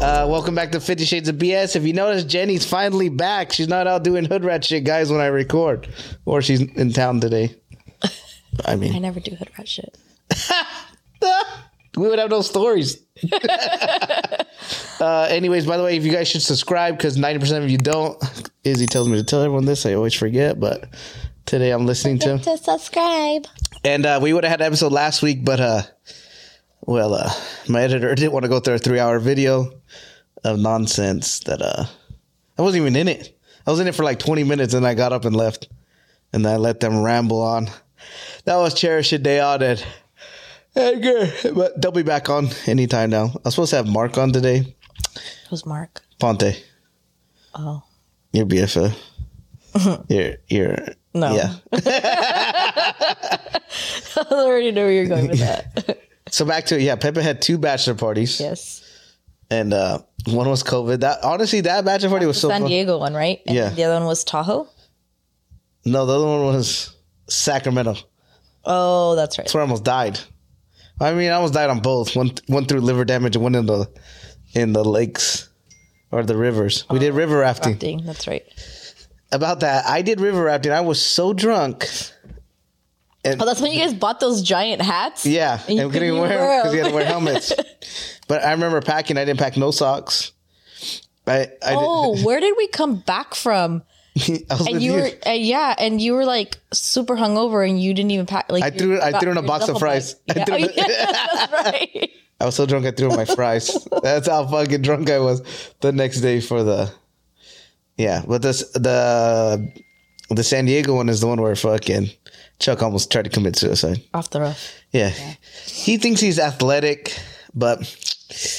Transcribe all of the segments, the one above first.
Uh, welcome back to Fifty Shades of BS. If you notice, Jenny's finally back. She's not out doing hood rat shit, guys, when I record, or she's in town today. I I mean, never do hood rat shit. we would have no stories. uh, anyways, by the way, if you guys should subscribe because ninety percent of you don't. Izzy tells me to tell everyone this. I always forget, but today I'm listening to him. To subscribe. And uh, we would have had an episode last week, but uh, well, uh, my editor didn't want to go through a three-hour video of nonsense that uh, I wasn't even in it. I was in it for like 20 minutes, and I got up and left, and I let them ramble on. That was Cherish a Day on and Edgar, but they'll be back on anytime now. I was supposed to have Mark on today, Who's Mark? Ponte, Oh your BFF, your your no. yeah. I already know where you're going with that. So back to yeah, Pepe had two bachelor parties. yes. and uh one was COVID. That honestly, that bachelor party was so San fun. Diego one, right? And Yeah. The other one was Tahoe. No, the other one was Sacramento. Oh, that's right. That's where I almost died. I mean, I almost died on both. One one through liver damage, and one in the in the lakes or the rivers. We did river rafting. Ding, That's right. About that, I did river rafting. I was so drunk. Oh, that's when you guys bought those giant hats. Yeah, And you and couldn't even wear because you had to wear helmets. but I remember packing. I didn't pack no socks. I I, Oh, where did we come back from? did, I was And with you you. were, uh, yeah, and you were like super hungover, and you didn't even pack. Like I you threw I got threw in a your box of duffel fries. bag. I threw in a- Yeah. Oh, yeah, that's right. I was so drunk I threw up my fries. That's how fucking drunk I was the next day for the Yeah, but this the the San Diego one is the one where fucking Chuck almost tried to commit suicide. Off the roof, Yeah. He thinks he's athletic, but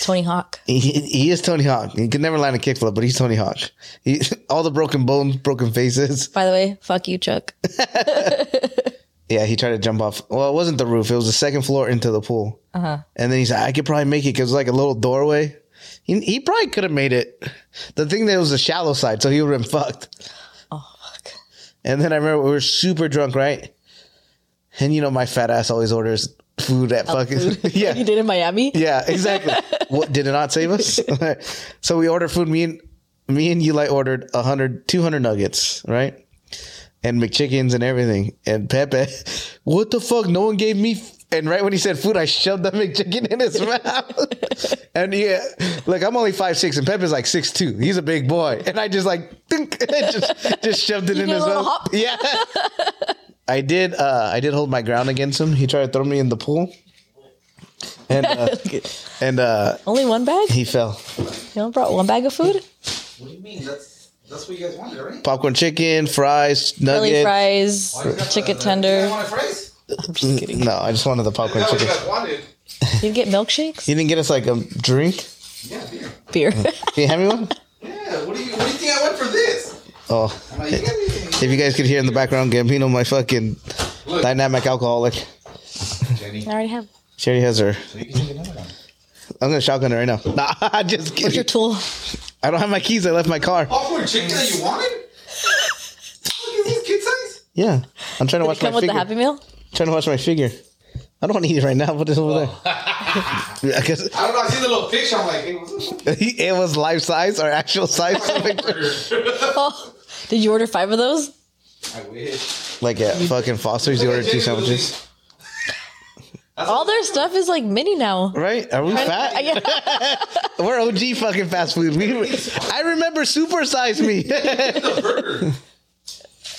Tony Hawk. he, he is Tony Hawk. He can never land a kickflip, but he's Tony Hawk. He, all the broken bones, broken faces. By the way, fuck you, Chuck. Yeah, he tried to jump off. Well, it wasn't the roof. It was the second floor into the pool. And then he's like, I could probably make it because like a little doorway. He, he probably could have made it. The thing that was the shallow side, so he would have been fucked. Oh fuck. And then I remember we were super drunk, right? And you know, my fat ass always orders food at fucking. Yeah. yeah. you did in Miami. Yeah, exactly. what did it not save us? so we ordered food. Me and me and Eli ordered 100, 200 nuggets, right? And McChickens and everything. And Pepe, what the fuck? No one gave me. f-" And right when he said food, I shoved that McChicken in his mouth. and yeah, like I'm only five six, and Pepe's like six two. He's a big boy, and I just like think, just just shoved it in did a his little mouth. hop? Yeah, I did. Uh, I did hold my ground against him. He tried to throw me in the pool, and uh, and uh, Only one bag. You he fell. only brought one bag of food. What do you mean? That's that's what you guys wanted, right? Popcorn chicken, fries, Curly nuggets. fries, Why you got chicken the- You guys tender. wanted fries? No, I just wanted the popcorn That's what you chicken. guys wanted. You get milkshakes, You didn't get us like a drink? Yeah, beer. beer. Can you have me one? Yeah. What do you What do you think I went for this? Oh. I'm like, you got If anything? you guys could hear in the background, Gambino, my fucking Look, dynamic alcoholic. Jenny. I already have. She already has her. So you can take another one. I'm gonna shotgun her right now. Nah, just What's kidding. your tool? I don't have my keys. I left my car. Popcorn chicken that you wanted? Look, is this kid size? Yeah, I'm trying to Did it watch my come with figure. the Happy Meal? trying to watch my figure. I don't want to eat it right now. What is over there? I guess I don't know. I seen the little picture. I'm like, hey, what's this? it was life size or actual size. Oh, did you order five of those? I wish. like at fucking Foster's, you Look at order two Jenny sandwiches. Louise. That's All their stuff is like mini now. Right? Are we fat? Yeah. We're OG fucking fast food. We, I remember supersize me. the burger.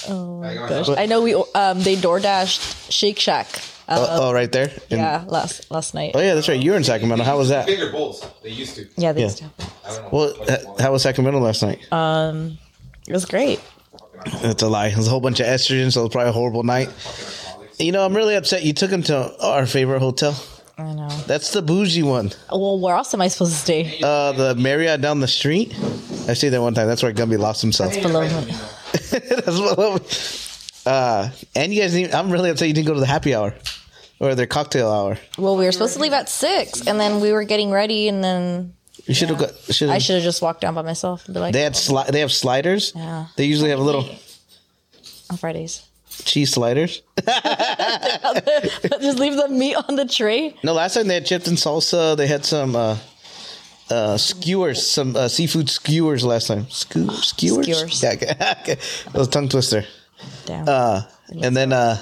Oh my I got gosh. myself- I know we um they door dashed Shake Shack. Uh, oh, oh, right there. And- yeah, last last night. Oh yeah, that's right. You were in Sacramento. How was that? Bigger bowls. They used to. Yeah, they yeah. used to have- I don't know. Well, uh, what h- it's called. how was Sacramento last night? Uh, It was great. That's a lie. It was a whole bunch of estrogen, so it was probably a horrible night. You know, I'm really upset. You took him to our favorite hotel. I know. That's the bougie one. Well, where else am I supposed to stay? Uh, the Marriott down the street. I stayed there one time. That's where Gumby lost himself. Below That's what. Uh, and you guys, didn't, I'm really upset you didn't go to the happy hour or their cocktail hour. Well, we were supposed to leave at six, and then we were getting ready, and then You should have. got. Should I have. should have just walked down by myself and be like, They had sli- they have sliders. Yeah. They usually have little on Fridays. cheese sliders. just leave the meat on the tray. No, last time they had chips and salsa. They had some uh, uh, skewers, some uh, seafood skewers last time. Skew, skewers? Skewers. Yeah, okay. okay. That was a tongue twister. Damn. Uh, and then uh,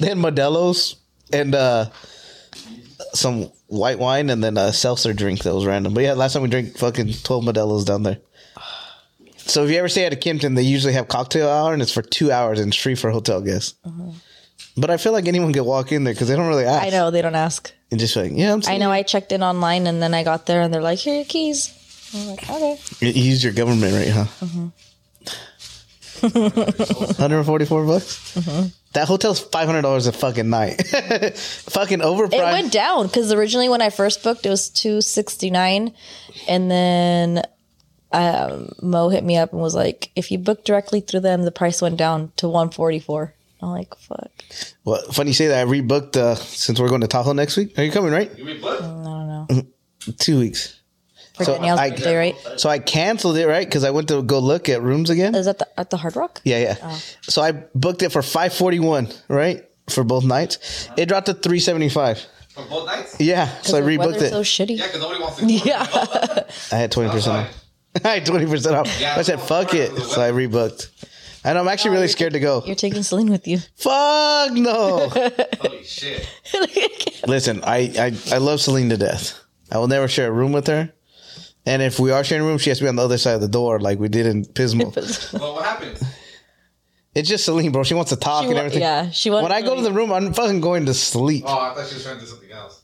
then Modelo's and uh, some white wine and then a seltzer drink that was random. But yeah, last time we drank fucking 12 Modelo's down there. So if you ever stay at a Kimpton, they usually have cocktail hour and it's for two hours and it's free for hotel guests. But I feel like anyone could walk in there because they don't really ask. Uh-huh. I know they don't ask. And just like, yeah, I'm I know I checked in online and then I got there and they're like, "Here are your keys." I'm like, "Okay." You use your government rate, huh? Mm-hmm. 144 bucks. That hotel's five hundred dollars a fucking night. fucking overpriced. It went down because originally when I first booked it was two sixty nine, and then um, Mo hit me up and was like, "If you book directly through them, the price went down to one forty four. I'm like, "Fuck." well, funny you say that. I rebooked uh, since we're going to Tahoe next week. Are you coming? Right, You mean what? I don't know. two weeks. For Mm-hmm. So Danielle's I- birthday, right? So I canceled it, right? Because I went to go look at rooms again. Is that the, at the Hard Rock? Yeah, yeah. So I booked it for five forty one, right? For both nights, it dropped to three seventy five. For both nights? Yeah, so I The rebooked weather's it. So shitty. Yeah, because nobody wants to. Yeah. I had twenty percent off. I had twenty percent off. Yeah. I said, "Fuck it," so I rebooked. And I'm actually really scared to go. You're taking Celine with you. Fuck no! Holy shit. Listen, I, I I love Celine to death. I will never share a room with her. And if we are sharing a room, she has to be on the other side of the door, like we did in Pismo. Well, what happened? It's just Celine, bro. She wants to talk She and wa- everything. yeah, she wants When I to go to the room, I'm fucking going to sleep. Oh, I thought she was trying to do something else.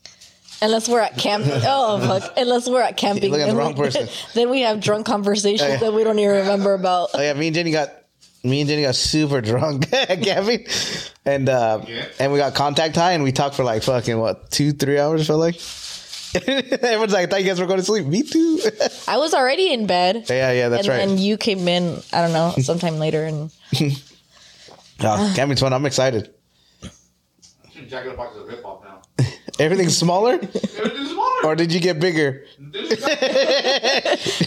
Unless we're at camp. Oh, fuck. Unless we're at camping. You're looking at the then wrong we- person. then we have drunk conversations yeah. that we don't even remember about. Oh yeah, me and Jenny got me and Jenny got super drunk at Gavin, and uh, Yeah. and we got contact high, and we talked for like fucking what two three hours felt like. Everyone's like, I thought you guys were going to sleep. Me too. I was already in bed. yeah, yeah, that's and right. then you came in, I don't know, sometime later. And Ah. Oh, Gavin's fun. I'm excited. Jack in the Box is a ripoff now. Everything's smaller, There's water. or did you get bigger? There's the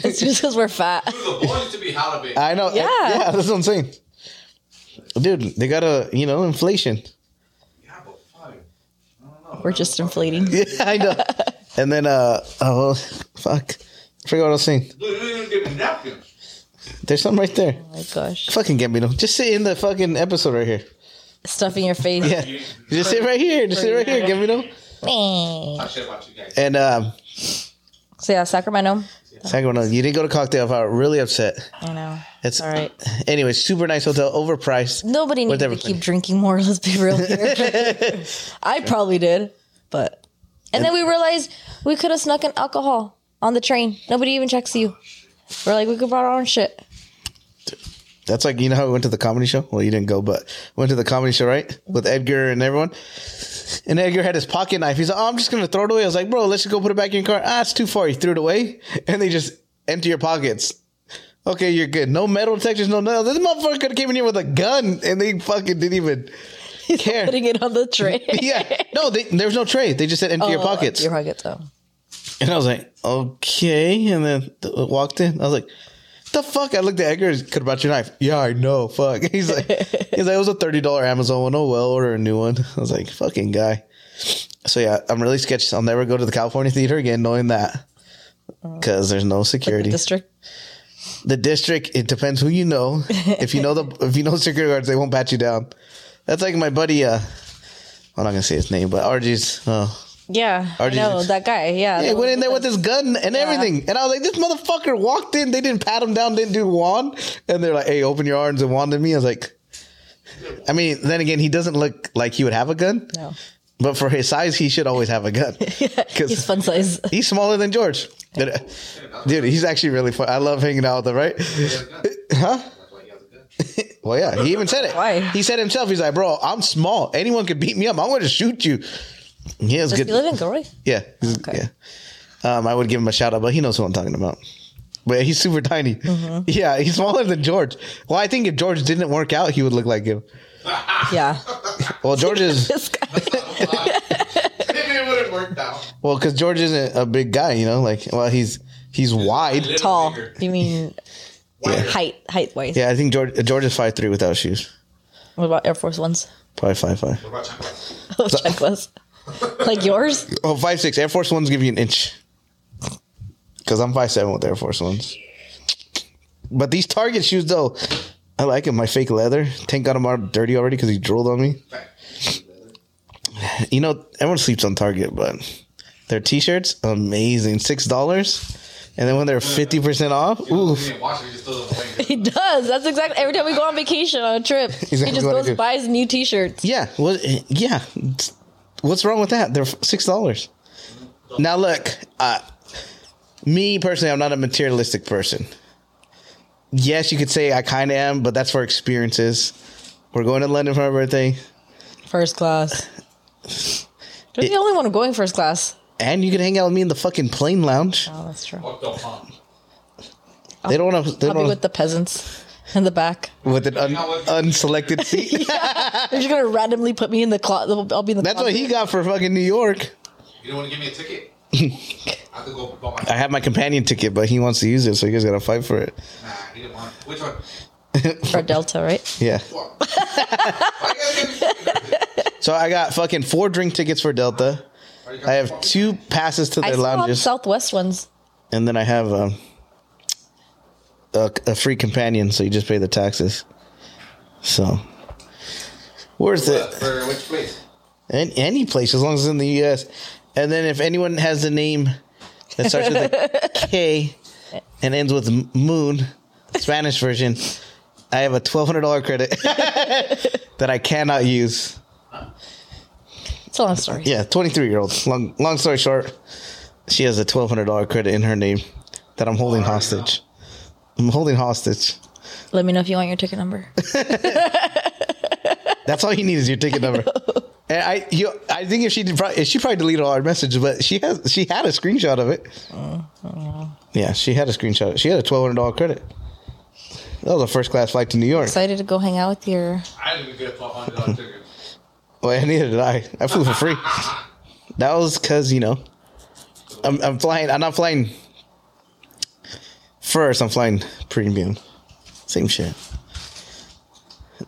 it's just because we're fat. boy used to be halibut. I know. Yeah. yeah, that's what I'm saying. Dude, they got to you know inflation. Yeah, but fuck. I don't know. We're just inflating. Yeah, I know. and then uh oh fuck, I forgot what I was saying. Dude, you didn't even give me napkins. There's something right there. Oh my gosh. Fucking Gambino, just sit in the fucking episode right here. Stuffing your face. Yeah. Just sit right here. Just sit right here. Give me them. Bang. I shit about you guys. And um, So, yeah, Sacramento. second one, you didn't go to cocktail hour. Really upset. I know. It's All right. Anyway, super nice hotel, overpriced. Nobody needs to everything. keep drinking more. Let's be real here. I probably did, but and then we realized we could have snuck in alcohol on the train. Nobody even checks you. We're like, we could brought our own shit. That's like you know how we went to the comedy show. Well, you didn't go, but went to the comedy show right with Edgar and everyone. And Edgar had his pocket knife. He's like, "Oh, I'm just gonna throw it away." I was like, "Bro, let's just go put it back in your car." Ah, it's too far. He threw it away, and they just empty your pockets. Okay, you're good. No metal detectors, no nothing. This motherfucker could have came in here with a gun, and they fucking didn't even care. Putting it on the train. yeah. No, they, there was no tray. They just said empty your Oh, pockets. Your pockets. Oh. And I was like, okay. And then th- walked in. I was like, the fuck? I looked at Edgar. Could have brought your knife. Yeah, I know. Fuck. He's like, he's like, it was a thirty dollar Amazon one. Oh well, order a new one. I was like, fucking guy. So yeah, I'm really sketched. I'll never go to the California theater again, knowing that, because there's no security. District. The district, it depends who you know. If you know the if you know security guards, they won't pat you down. That's like my buddy. uh I'm not gonna say his name, but RG's. Oh, Yeah. I Or did you- know that guy. Yeah. yeah, the he one went in there with his gun and everything. And I was like, this motherfucker walked in. They didn't pat him down, didn't do Juan. And they're like, hey, open your arms and wanded me. I was like, I mean, then again, he doesn't look like he would have a gun, No. but for his size, he should always have a gun. He's Because fun size. he's smaller than George. uh, Dude, he's actually really fun. I love hanging out with him, right? Huh? That's why you guys are good. Well, yeah, he even said it. Why? He said himself, he's like, bro, I'm small. Anyone could beat me up. I'm going to shoot you. He has Does good. he live in Gilroy? Yeah. he's- Okay. Yeah. Um, I would give him a shout out, but he knows who I'm talking about. But he's super tiny. Yeah, he's smaller than George. Well, I think if George didn't work out, he would look like him. Yeah. Well, George is This guy. Maybe it would have worked out. well because George isn't a big guy, you know. Like, well, he's he's wide. Tall. Bigger. You mean height, height wise. Yeah, I think George George is five three without shoes, What about Air Force Ones? probably five five. What about chocolates? Those checklist. like yours? Oh, five six. Air Force Ones give you an inch. because I'm five seven with Air Force Ones. But these Target shoes, though, I like them. My fake leather. Tank got them out dirty already because he drooled on me. You know, everyone sleeps on Target, but their T-shirts amazing, six dollars. And then when they're fifty percent off, oof. You didn't wash it, you just throw it away. He does. That's exactly every time we go on vacation on a trip. Exactly he just what I goes do. and buys new T-shirts. Yeah. What? Yeah. What's wrong with that? They're six dollars. Now look, uh, me personally, I'm not a materialistic person. Yes, you could say I kind of am, but that's for experiences. We're going to London for my birthday, First class. You're the only one going first class. and you can hang out with me in the fucking plane lounge. Oh, that's true. Fuck the pump. They don't want to. They I'll be don't with with, the peasants in the back. with an un, unselected seat. They're just gonna randomly put me in the closet. I'll be in the. That's what he closet. got for fucking New York. You don't want to give me a ticket? I have to go buy my. I have my companion ticket, but he wants to use it, so you guys gotta fight for it. Nah, he didn't want. Which one? for Delta, right? Yeah. Fuck. Why you gotta give me everything? So I got fucking four drink tickets for Delta. Why you I gotta have fuck- two passes to I their still have lounges, Southwest ones. and then I have um, a, a free companion, so you just pay the taxes. So worth What, it. For which place? And any place as long as it's in the U.S. And then if anyone has the name that starts with a K and ends with m- Moon, Spanish version, I have a twelve hundred dollar credit that I cannot use. It's a long story. Yeah, 23 year old. Long long story short, she has a $1,200 credit in her name that I'm holding Oh, there you hostage. I'm holding hostage. Let me know if you want your ticket number. That's all you need is your ticket number. And I, you, I think if she did, prob- she probably deleted all our messages, but she has, she had a screenshot of it. Yeah, she had a screenshot. She had a twelve hundred dollar credit. That was a first class flight to New York. Excited to go hang out with your. I didn't even get a twelve hundred dollar ticket. Well, neither did I. I flew for free. That was because you know, I'm, I'm flying. I'm not flying first. I'm flying premium. Same shit.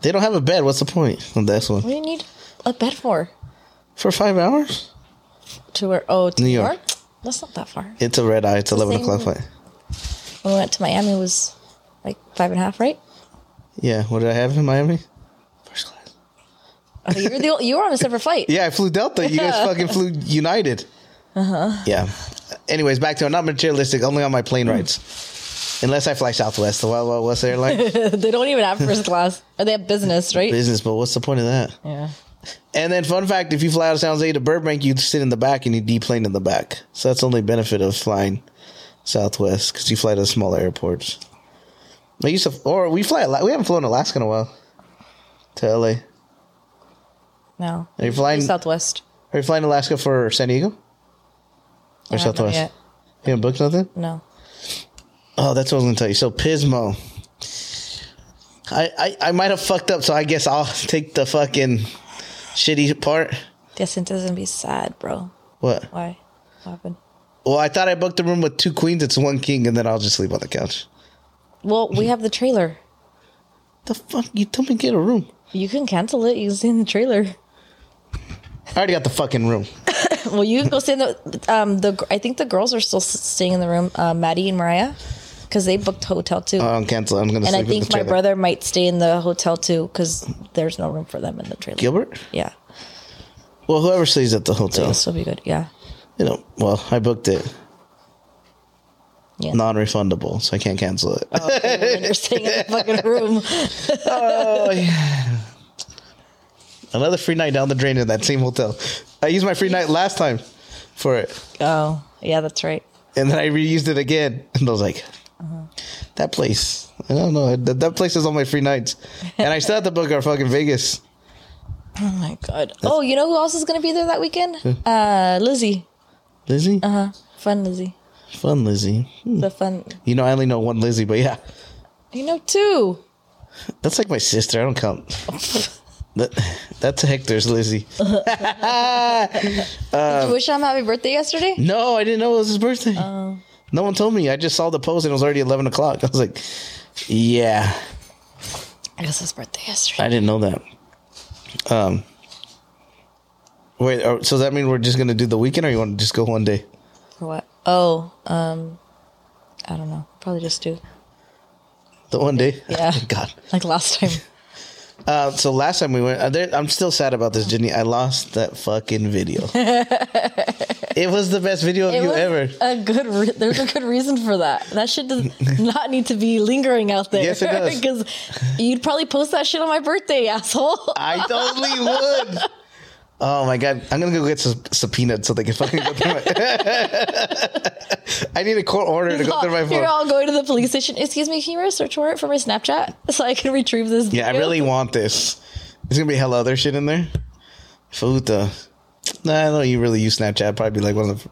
They don't have a bed. What's the point on this What one? do you need a bed for? For five hours, To where? Oh, to New New York. York. That's not that far. it's a red eye. It's eleven same- o'clock flight. When we went to Miami, it was like five and a half, right? Yeah. What did I have in Miami? First class. Oh, you were the you were on a separate flight. Yeah, I flew Delta. You guys Yeah. fucking flew United. Uh huh. Yeah. Anyways, back to I'm not materialistic. Only on my plane rides, unless I fly Southwest, the Wild Wild West airline. they don't even have first class, or they have business, right? business, but what's the point of that? Yeah. And then, fun fact: if you fly out of San Jose to Burbank, you sit in the back and you deplane in the back. So that's the only benefit of flying Southwest because you fly to smaller airports. I used to, or we fly. Ala- We haven't flown Alaska in a while. To LA, No. Are you flying- Southwest? are you flying Alaska for San Diego or Yeah, not Southwest? yet. You haven't booked nothing. No. Oh, that's what I was gonna tell you. So Pismo. I, I, I might have fucked up, so I guess I'll take the fucking shitty part. Yes, it doesn't be sad, bro. What? Why? What happened? Well, I thought I booked a room with two queens. It's one king, and then I'll just sleep on the couch. Well, we have the trailer. The fuck? You told me to get a room. You can cancel it. You can stay in the trailer. I already got the fucking room. Well, you can go stay in the um the. I think the girls are still s- staying in the room. Uh, Maddie and Mariah, because they booked hotel too. Oh, I'm cancel. I'm gonna. and I sleep in think the my trailer. brother might stay in the hotel too, because there's no room for them in the trailer. Gilbert. Yeah, Well, whoever stays at the hotel, this will be good. Yeah, you know. Well, I booked it, yeah. non-refundable, so I can't cancel it. When you're staying in the fucking room. Oh, Another free night down the drain in that same hotel. I used my free night last time for it, Oh, yeah, that's right. and then I reused it again, and I was like, that place. I don't know. That, that place is on my free nights, and I still have to book our fucking Vegas. Oh my god. Oh, you know who else is gonna be there that weekend? Hmm? Uh, Lizzie. Lizzie, Uh, fun Lizzie. fun Lizzie. The fun. You know, I only know one Lizzie, but yeah, You know two. that's like my sister. I don't count. That, that's Hector's Lizzie. Did Um, you wish him happy birthday yesterday? No, I didn't know it was his birthday. no one told me. I just saw the post and it was already 11 o'clock. I was like, yeah, I guess his birthday yesterday. I didn't know that. Um, wait, oh, are- so does that mean we're just going to do the weekend or you want to just go one day? For what? Oh, um, I don't know. Probably just do The one day. Yeah. God. like last time. Uh, so last time we went, uh, there, I'm still sad about this, Jenny. I lost that fucking video. it was the best video of It you was ever. A good re- there's a good reason for that. That shit does not need to be lingering out there. Yes, it does. Because you'd probably post that shit on my birthday, asshole. I totally would. Oh my god, I'm gonna go get some subpoenaed so they can fucking go through my. I need a court order to go through my You're phone. all going to the police station. Excuse me, can you write a search warrant for my Snapchat so I can retrieve this? Yeah, I video?" really want this. There's gonna be hella other shit in there. Futa. Nah, I don't know you really use Snapchat. Probably like one of the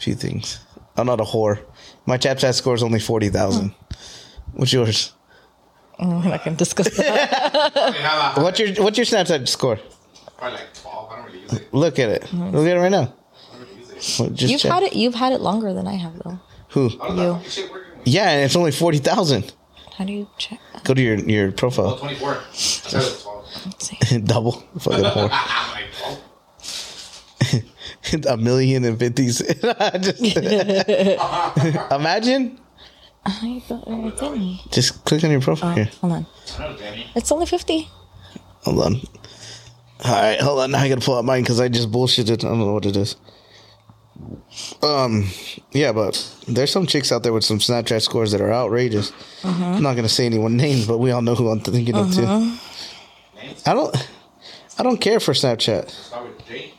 few things. I'm not a whore. My Snapchat score is only forty thousand. Hmm. What's yours? We're not going to discuss that. I have a, What's your What's your Snapchat score? probably like 12. I don't really use it. Look at it. Look at it right now. I don't really use it. Well, Just you've check. Hmm. had it. You've had it longer than I have, though. Who? I don't know. You. That shit working. Yeah, and it's only forty thousand. How do you check? that? Go to your your Oh, profile. 24. I said it was 12. Let's see. Double fucking whore. Ah, I'm like 12. A million and fifty. cents. Just- imagine. I got it right Uh-huh, there. Just click on your profile Oh, here. hold on. I know, Danny. It's only fifty. Hold on. All right, hold on. Now I gotta pull out mine because I just bullshitted. I don't know what it is. Um, yeah, but there's some chicks out there with some Snapchat scores that are outrageous. I'm not gonna say anyone names, but we all know who I'm thinking of too. Names? I don't, I don't care for Snapchat. Start with J.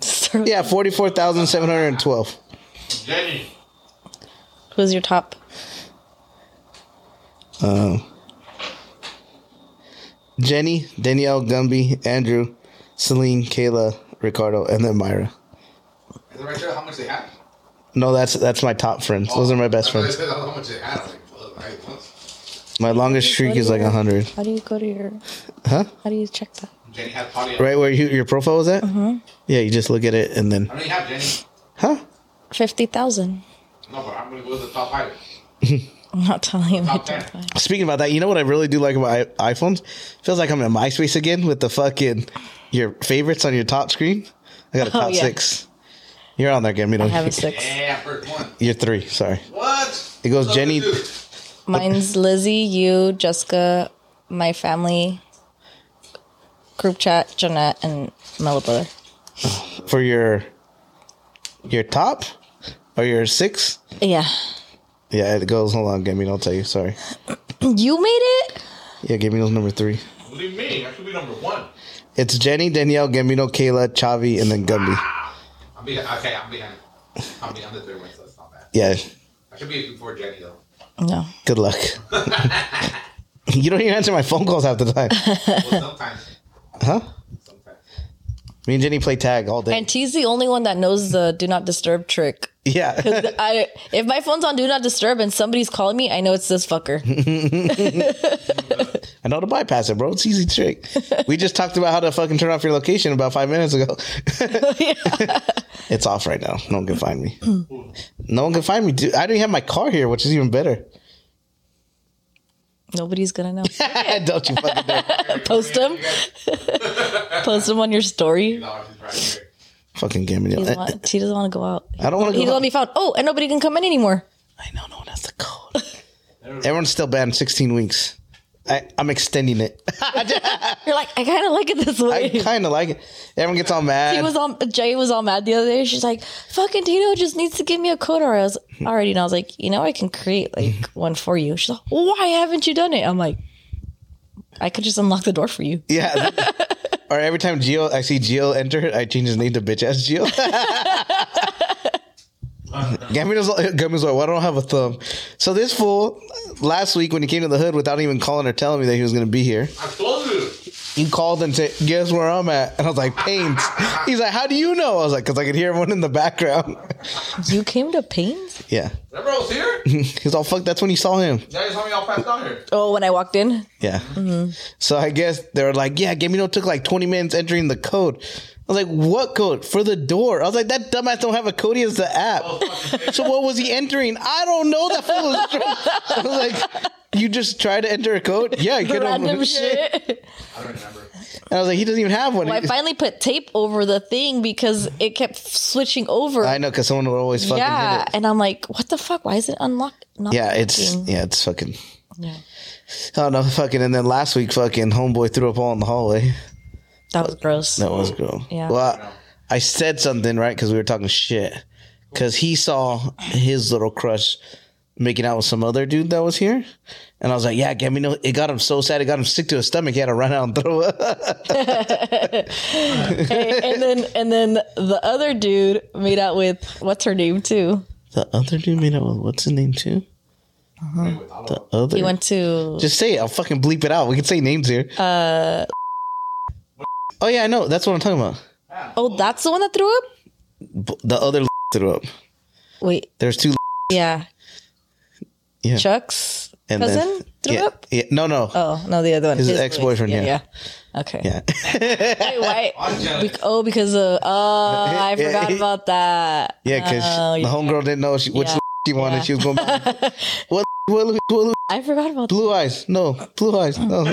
Start- Yeah, forty-four thousand seven hundred and twelve. Jenny. Who's your top? Jenny, Danielle, Gumby, Andrew, Celine, Kayla, Ricardo, and then Myra. Is it right there how much they have? No, that's that's my top friends. Those are my best I thought it friends. said how much they had. I was like, fuck, I ain't once. My longest streak is like hundred. How do you go to your? Huh? How do you check that? Jenny had party. Right where you, your profile was at? Mm-hmm. Yeah, you just look at it and then, I don't even have Jenny. huh? Fifty thousand. No, but I'm going to go to the top five. I'm not telling you. Top my ten. top five. Speaking about that, you know what I really do like about i- iPhones? Feels like I'm in MySpace again with the fucking your favorites on your top screen. I got a Oh, top yeah. six. You're on there, Gambino. I have a six. Yeah, first one. You're three. Sorry. What? It goes Look, Jenny- dude. Mine's Lizzie, you, Jessica, my family, group chat, Jeanette, and my little brother. For your your top or your six? Yeah, Yeah, it goes. Hold on, Gambino. I'll tell you. Sorry. you made it. Yeah, Gambino's number three. What do you mean? I should be number one. It's Jenny, Danielle, Gambino, Kayla, Chavi, and then Gumby. I'm behind. Okay, I'm behind. I'm behind the third one, so that's not bad. Yeah, I should be before Jenny though. No, good luck. you don't even answer my phone calls half the time. Well, sometimes. Huh? Sometimes. Me and Jenny play tag all day. and T's the only one that knows the do not disturb trick. yeah. I if my phone's on do not disturb and somebody's calling me, I know it's this fucker. I know to bypass it, bro. It's easy trick. We just talked about how to fucking turn off your location about five minutes ago. It's off right now. No one can find me. No one can find me. Dude, I don't even have my car here, which is even better. Nobody's gonna know. don't you fucking dare. Post them, post them on your story. No, she's right here. fucking He Gambino. doesn't want, T doesn't want to go out. I don't want He to doesn't go. want to be found. Oh, and nobody can come in anymore. I know no one has the code. Everyone's still banned 16 weeks. I, I'm extending it. You're like, I kind of like it this I way. kind of like it. Everyone gets all mad. He was all Jay was all mad the other day. She's like, "Fucking Tino just needs to give me a code or I was Hmm. already." And I was like, "You know, I can create like one for you." She's like, "Why haven't you done it?" I'm like, "I could just unlock the door for you." Yeah. or every time Geo, I see Geo enter, I change his name to bitch ass Geo. Gambino's, Gambino's like, well, I don't have a thumb. So this fool, last week when he came to the hood without even calling or telling me that he was going to be here, I told you. he called and said, guess where I'm at? And I was like, Pains. He's like, how do you know? I was like, because I could hear everyone in the background. You came to Pains? yeah. Remember I was here? He's all fucked. That's when you saw him. Jenny told me y'all passed out here. Oh, when I walked in, Yeah. Mm-hmm. So I guess they were like, yeah, Gambino took like 20 minutes entering the code. I was like, what code? For the door. I was like, that dumbass don't have a code. He has the app. so what was he entering? I don't know. That fool was drunk. I was like, you just try to enter a code? Yeah, you could random have shit. I don't remember. I was like, he doesn't even have one. Well, I finally put tape over the thing because it kept switching over. I know because someone would always fucking yeah, Mm. hit it. and I'm like, what the fuck? Why is it unlocked? Not Yeah, it's working? yeah, it's fucking. yeah. Oh no, fucking! And then last week, fucking homeboy threw up all in the hallway. That was gross. That was cool. Yeah. Well, I, I said something right because we were talking shit because he saw his little crush making out with some other dude that was here, and I was like, "Yeah, get me no." It got him so sad, it got him sick to his stomach. He had to run out and throw up. and then and then the other dude made out with what's her name too. the other dude made out with what's his name too? The other. Uh-huh. He went to Just say it. I'll fucking bleep it out. We can say names here. Uh. Oh yeah, I know. That's what I'm talking about. oh, that's the one that threw up. B- The other threw up. Wait, There's two. yeah, Yeah. Chuck's And cousin then, threw yeah, up. Yeah, no, no. Oh no, the other one. His ex-boyfriend, Yeah, yeah. yeah. Okay. yeah. Wait, why? I'm jealous. Bec- oh, because of oh, I Yeah. forgot about that. Yeah, because Oh, the yeah. homegirl didn't know she, which Yeah. she wanted. Yeah. She was going, what, what, what, I forgot about. blue eyes? No, blue eyes. No,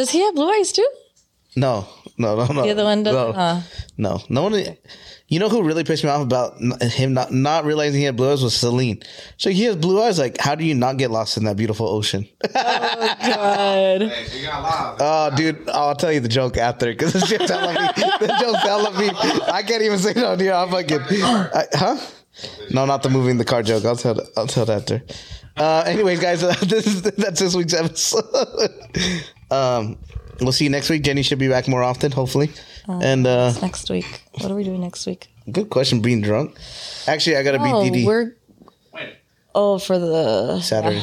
Does he have blue eyes too? no, no, no, no. The other one no, doesn't. huh? no, no one. You know who really pissed me off about n- him not not realizing he had blue eyes was Celine. So he has blue eyes. Like, how do you not get lost in that beautiful ocean? Oh god. Hey, she got live. Oh, dude, I'll tell you the joke after because the joke's out of me. The joke's out of me. I can't even say no, dude. I'm fucking. I, huh? No, not the moving the car joke. I'll tell. I'll tell that after. Uh, anyways, guys, this is that's this week's episode. um, we'll see you next week. Jenny should be back more often, hopefully. and uh, Next week. What are we doing next week? good question, being drunk. Actually, I gotta Oh, be DD we're Wait. oh for the Saturday.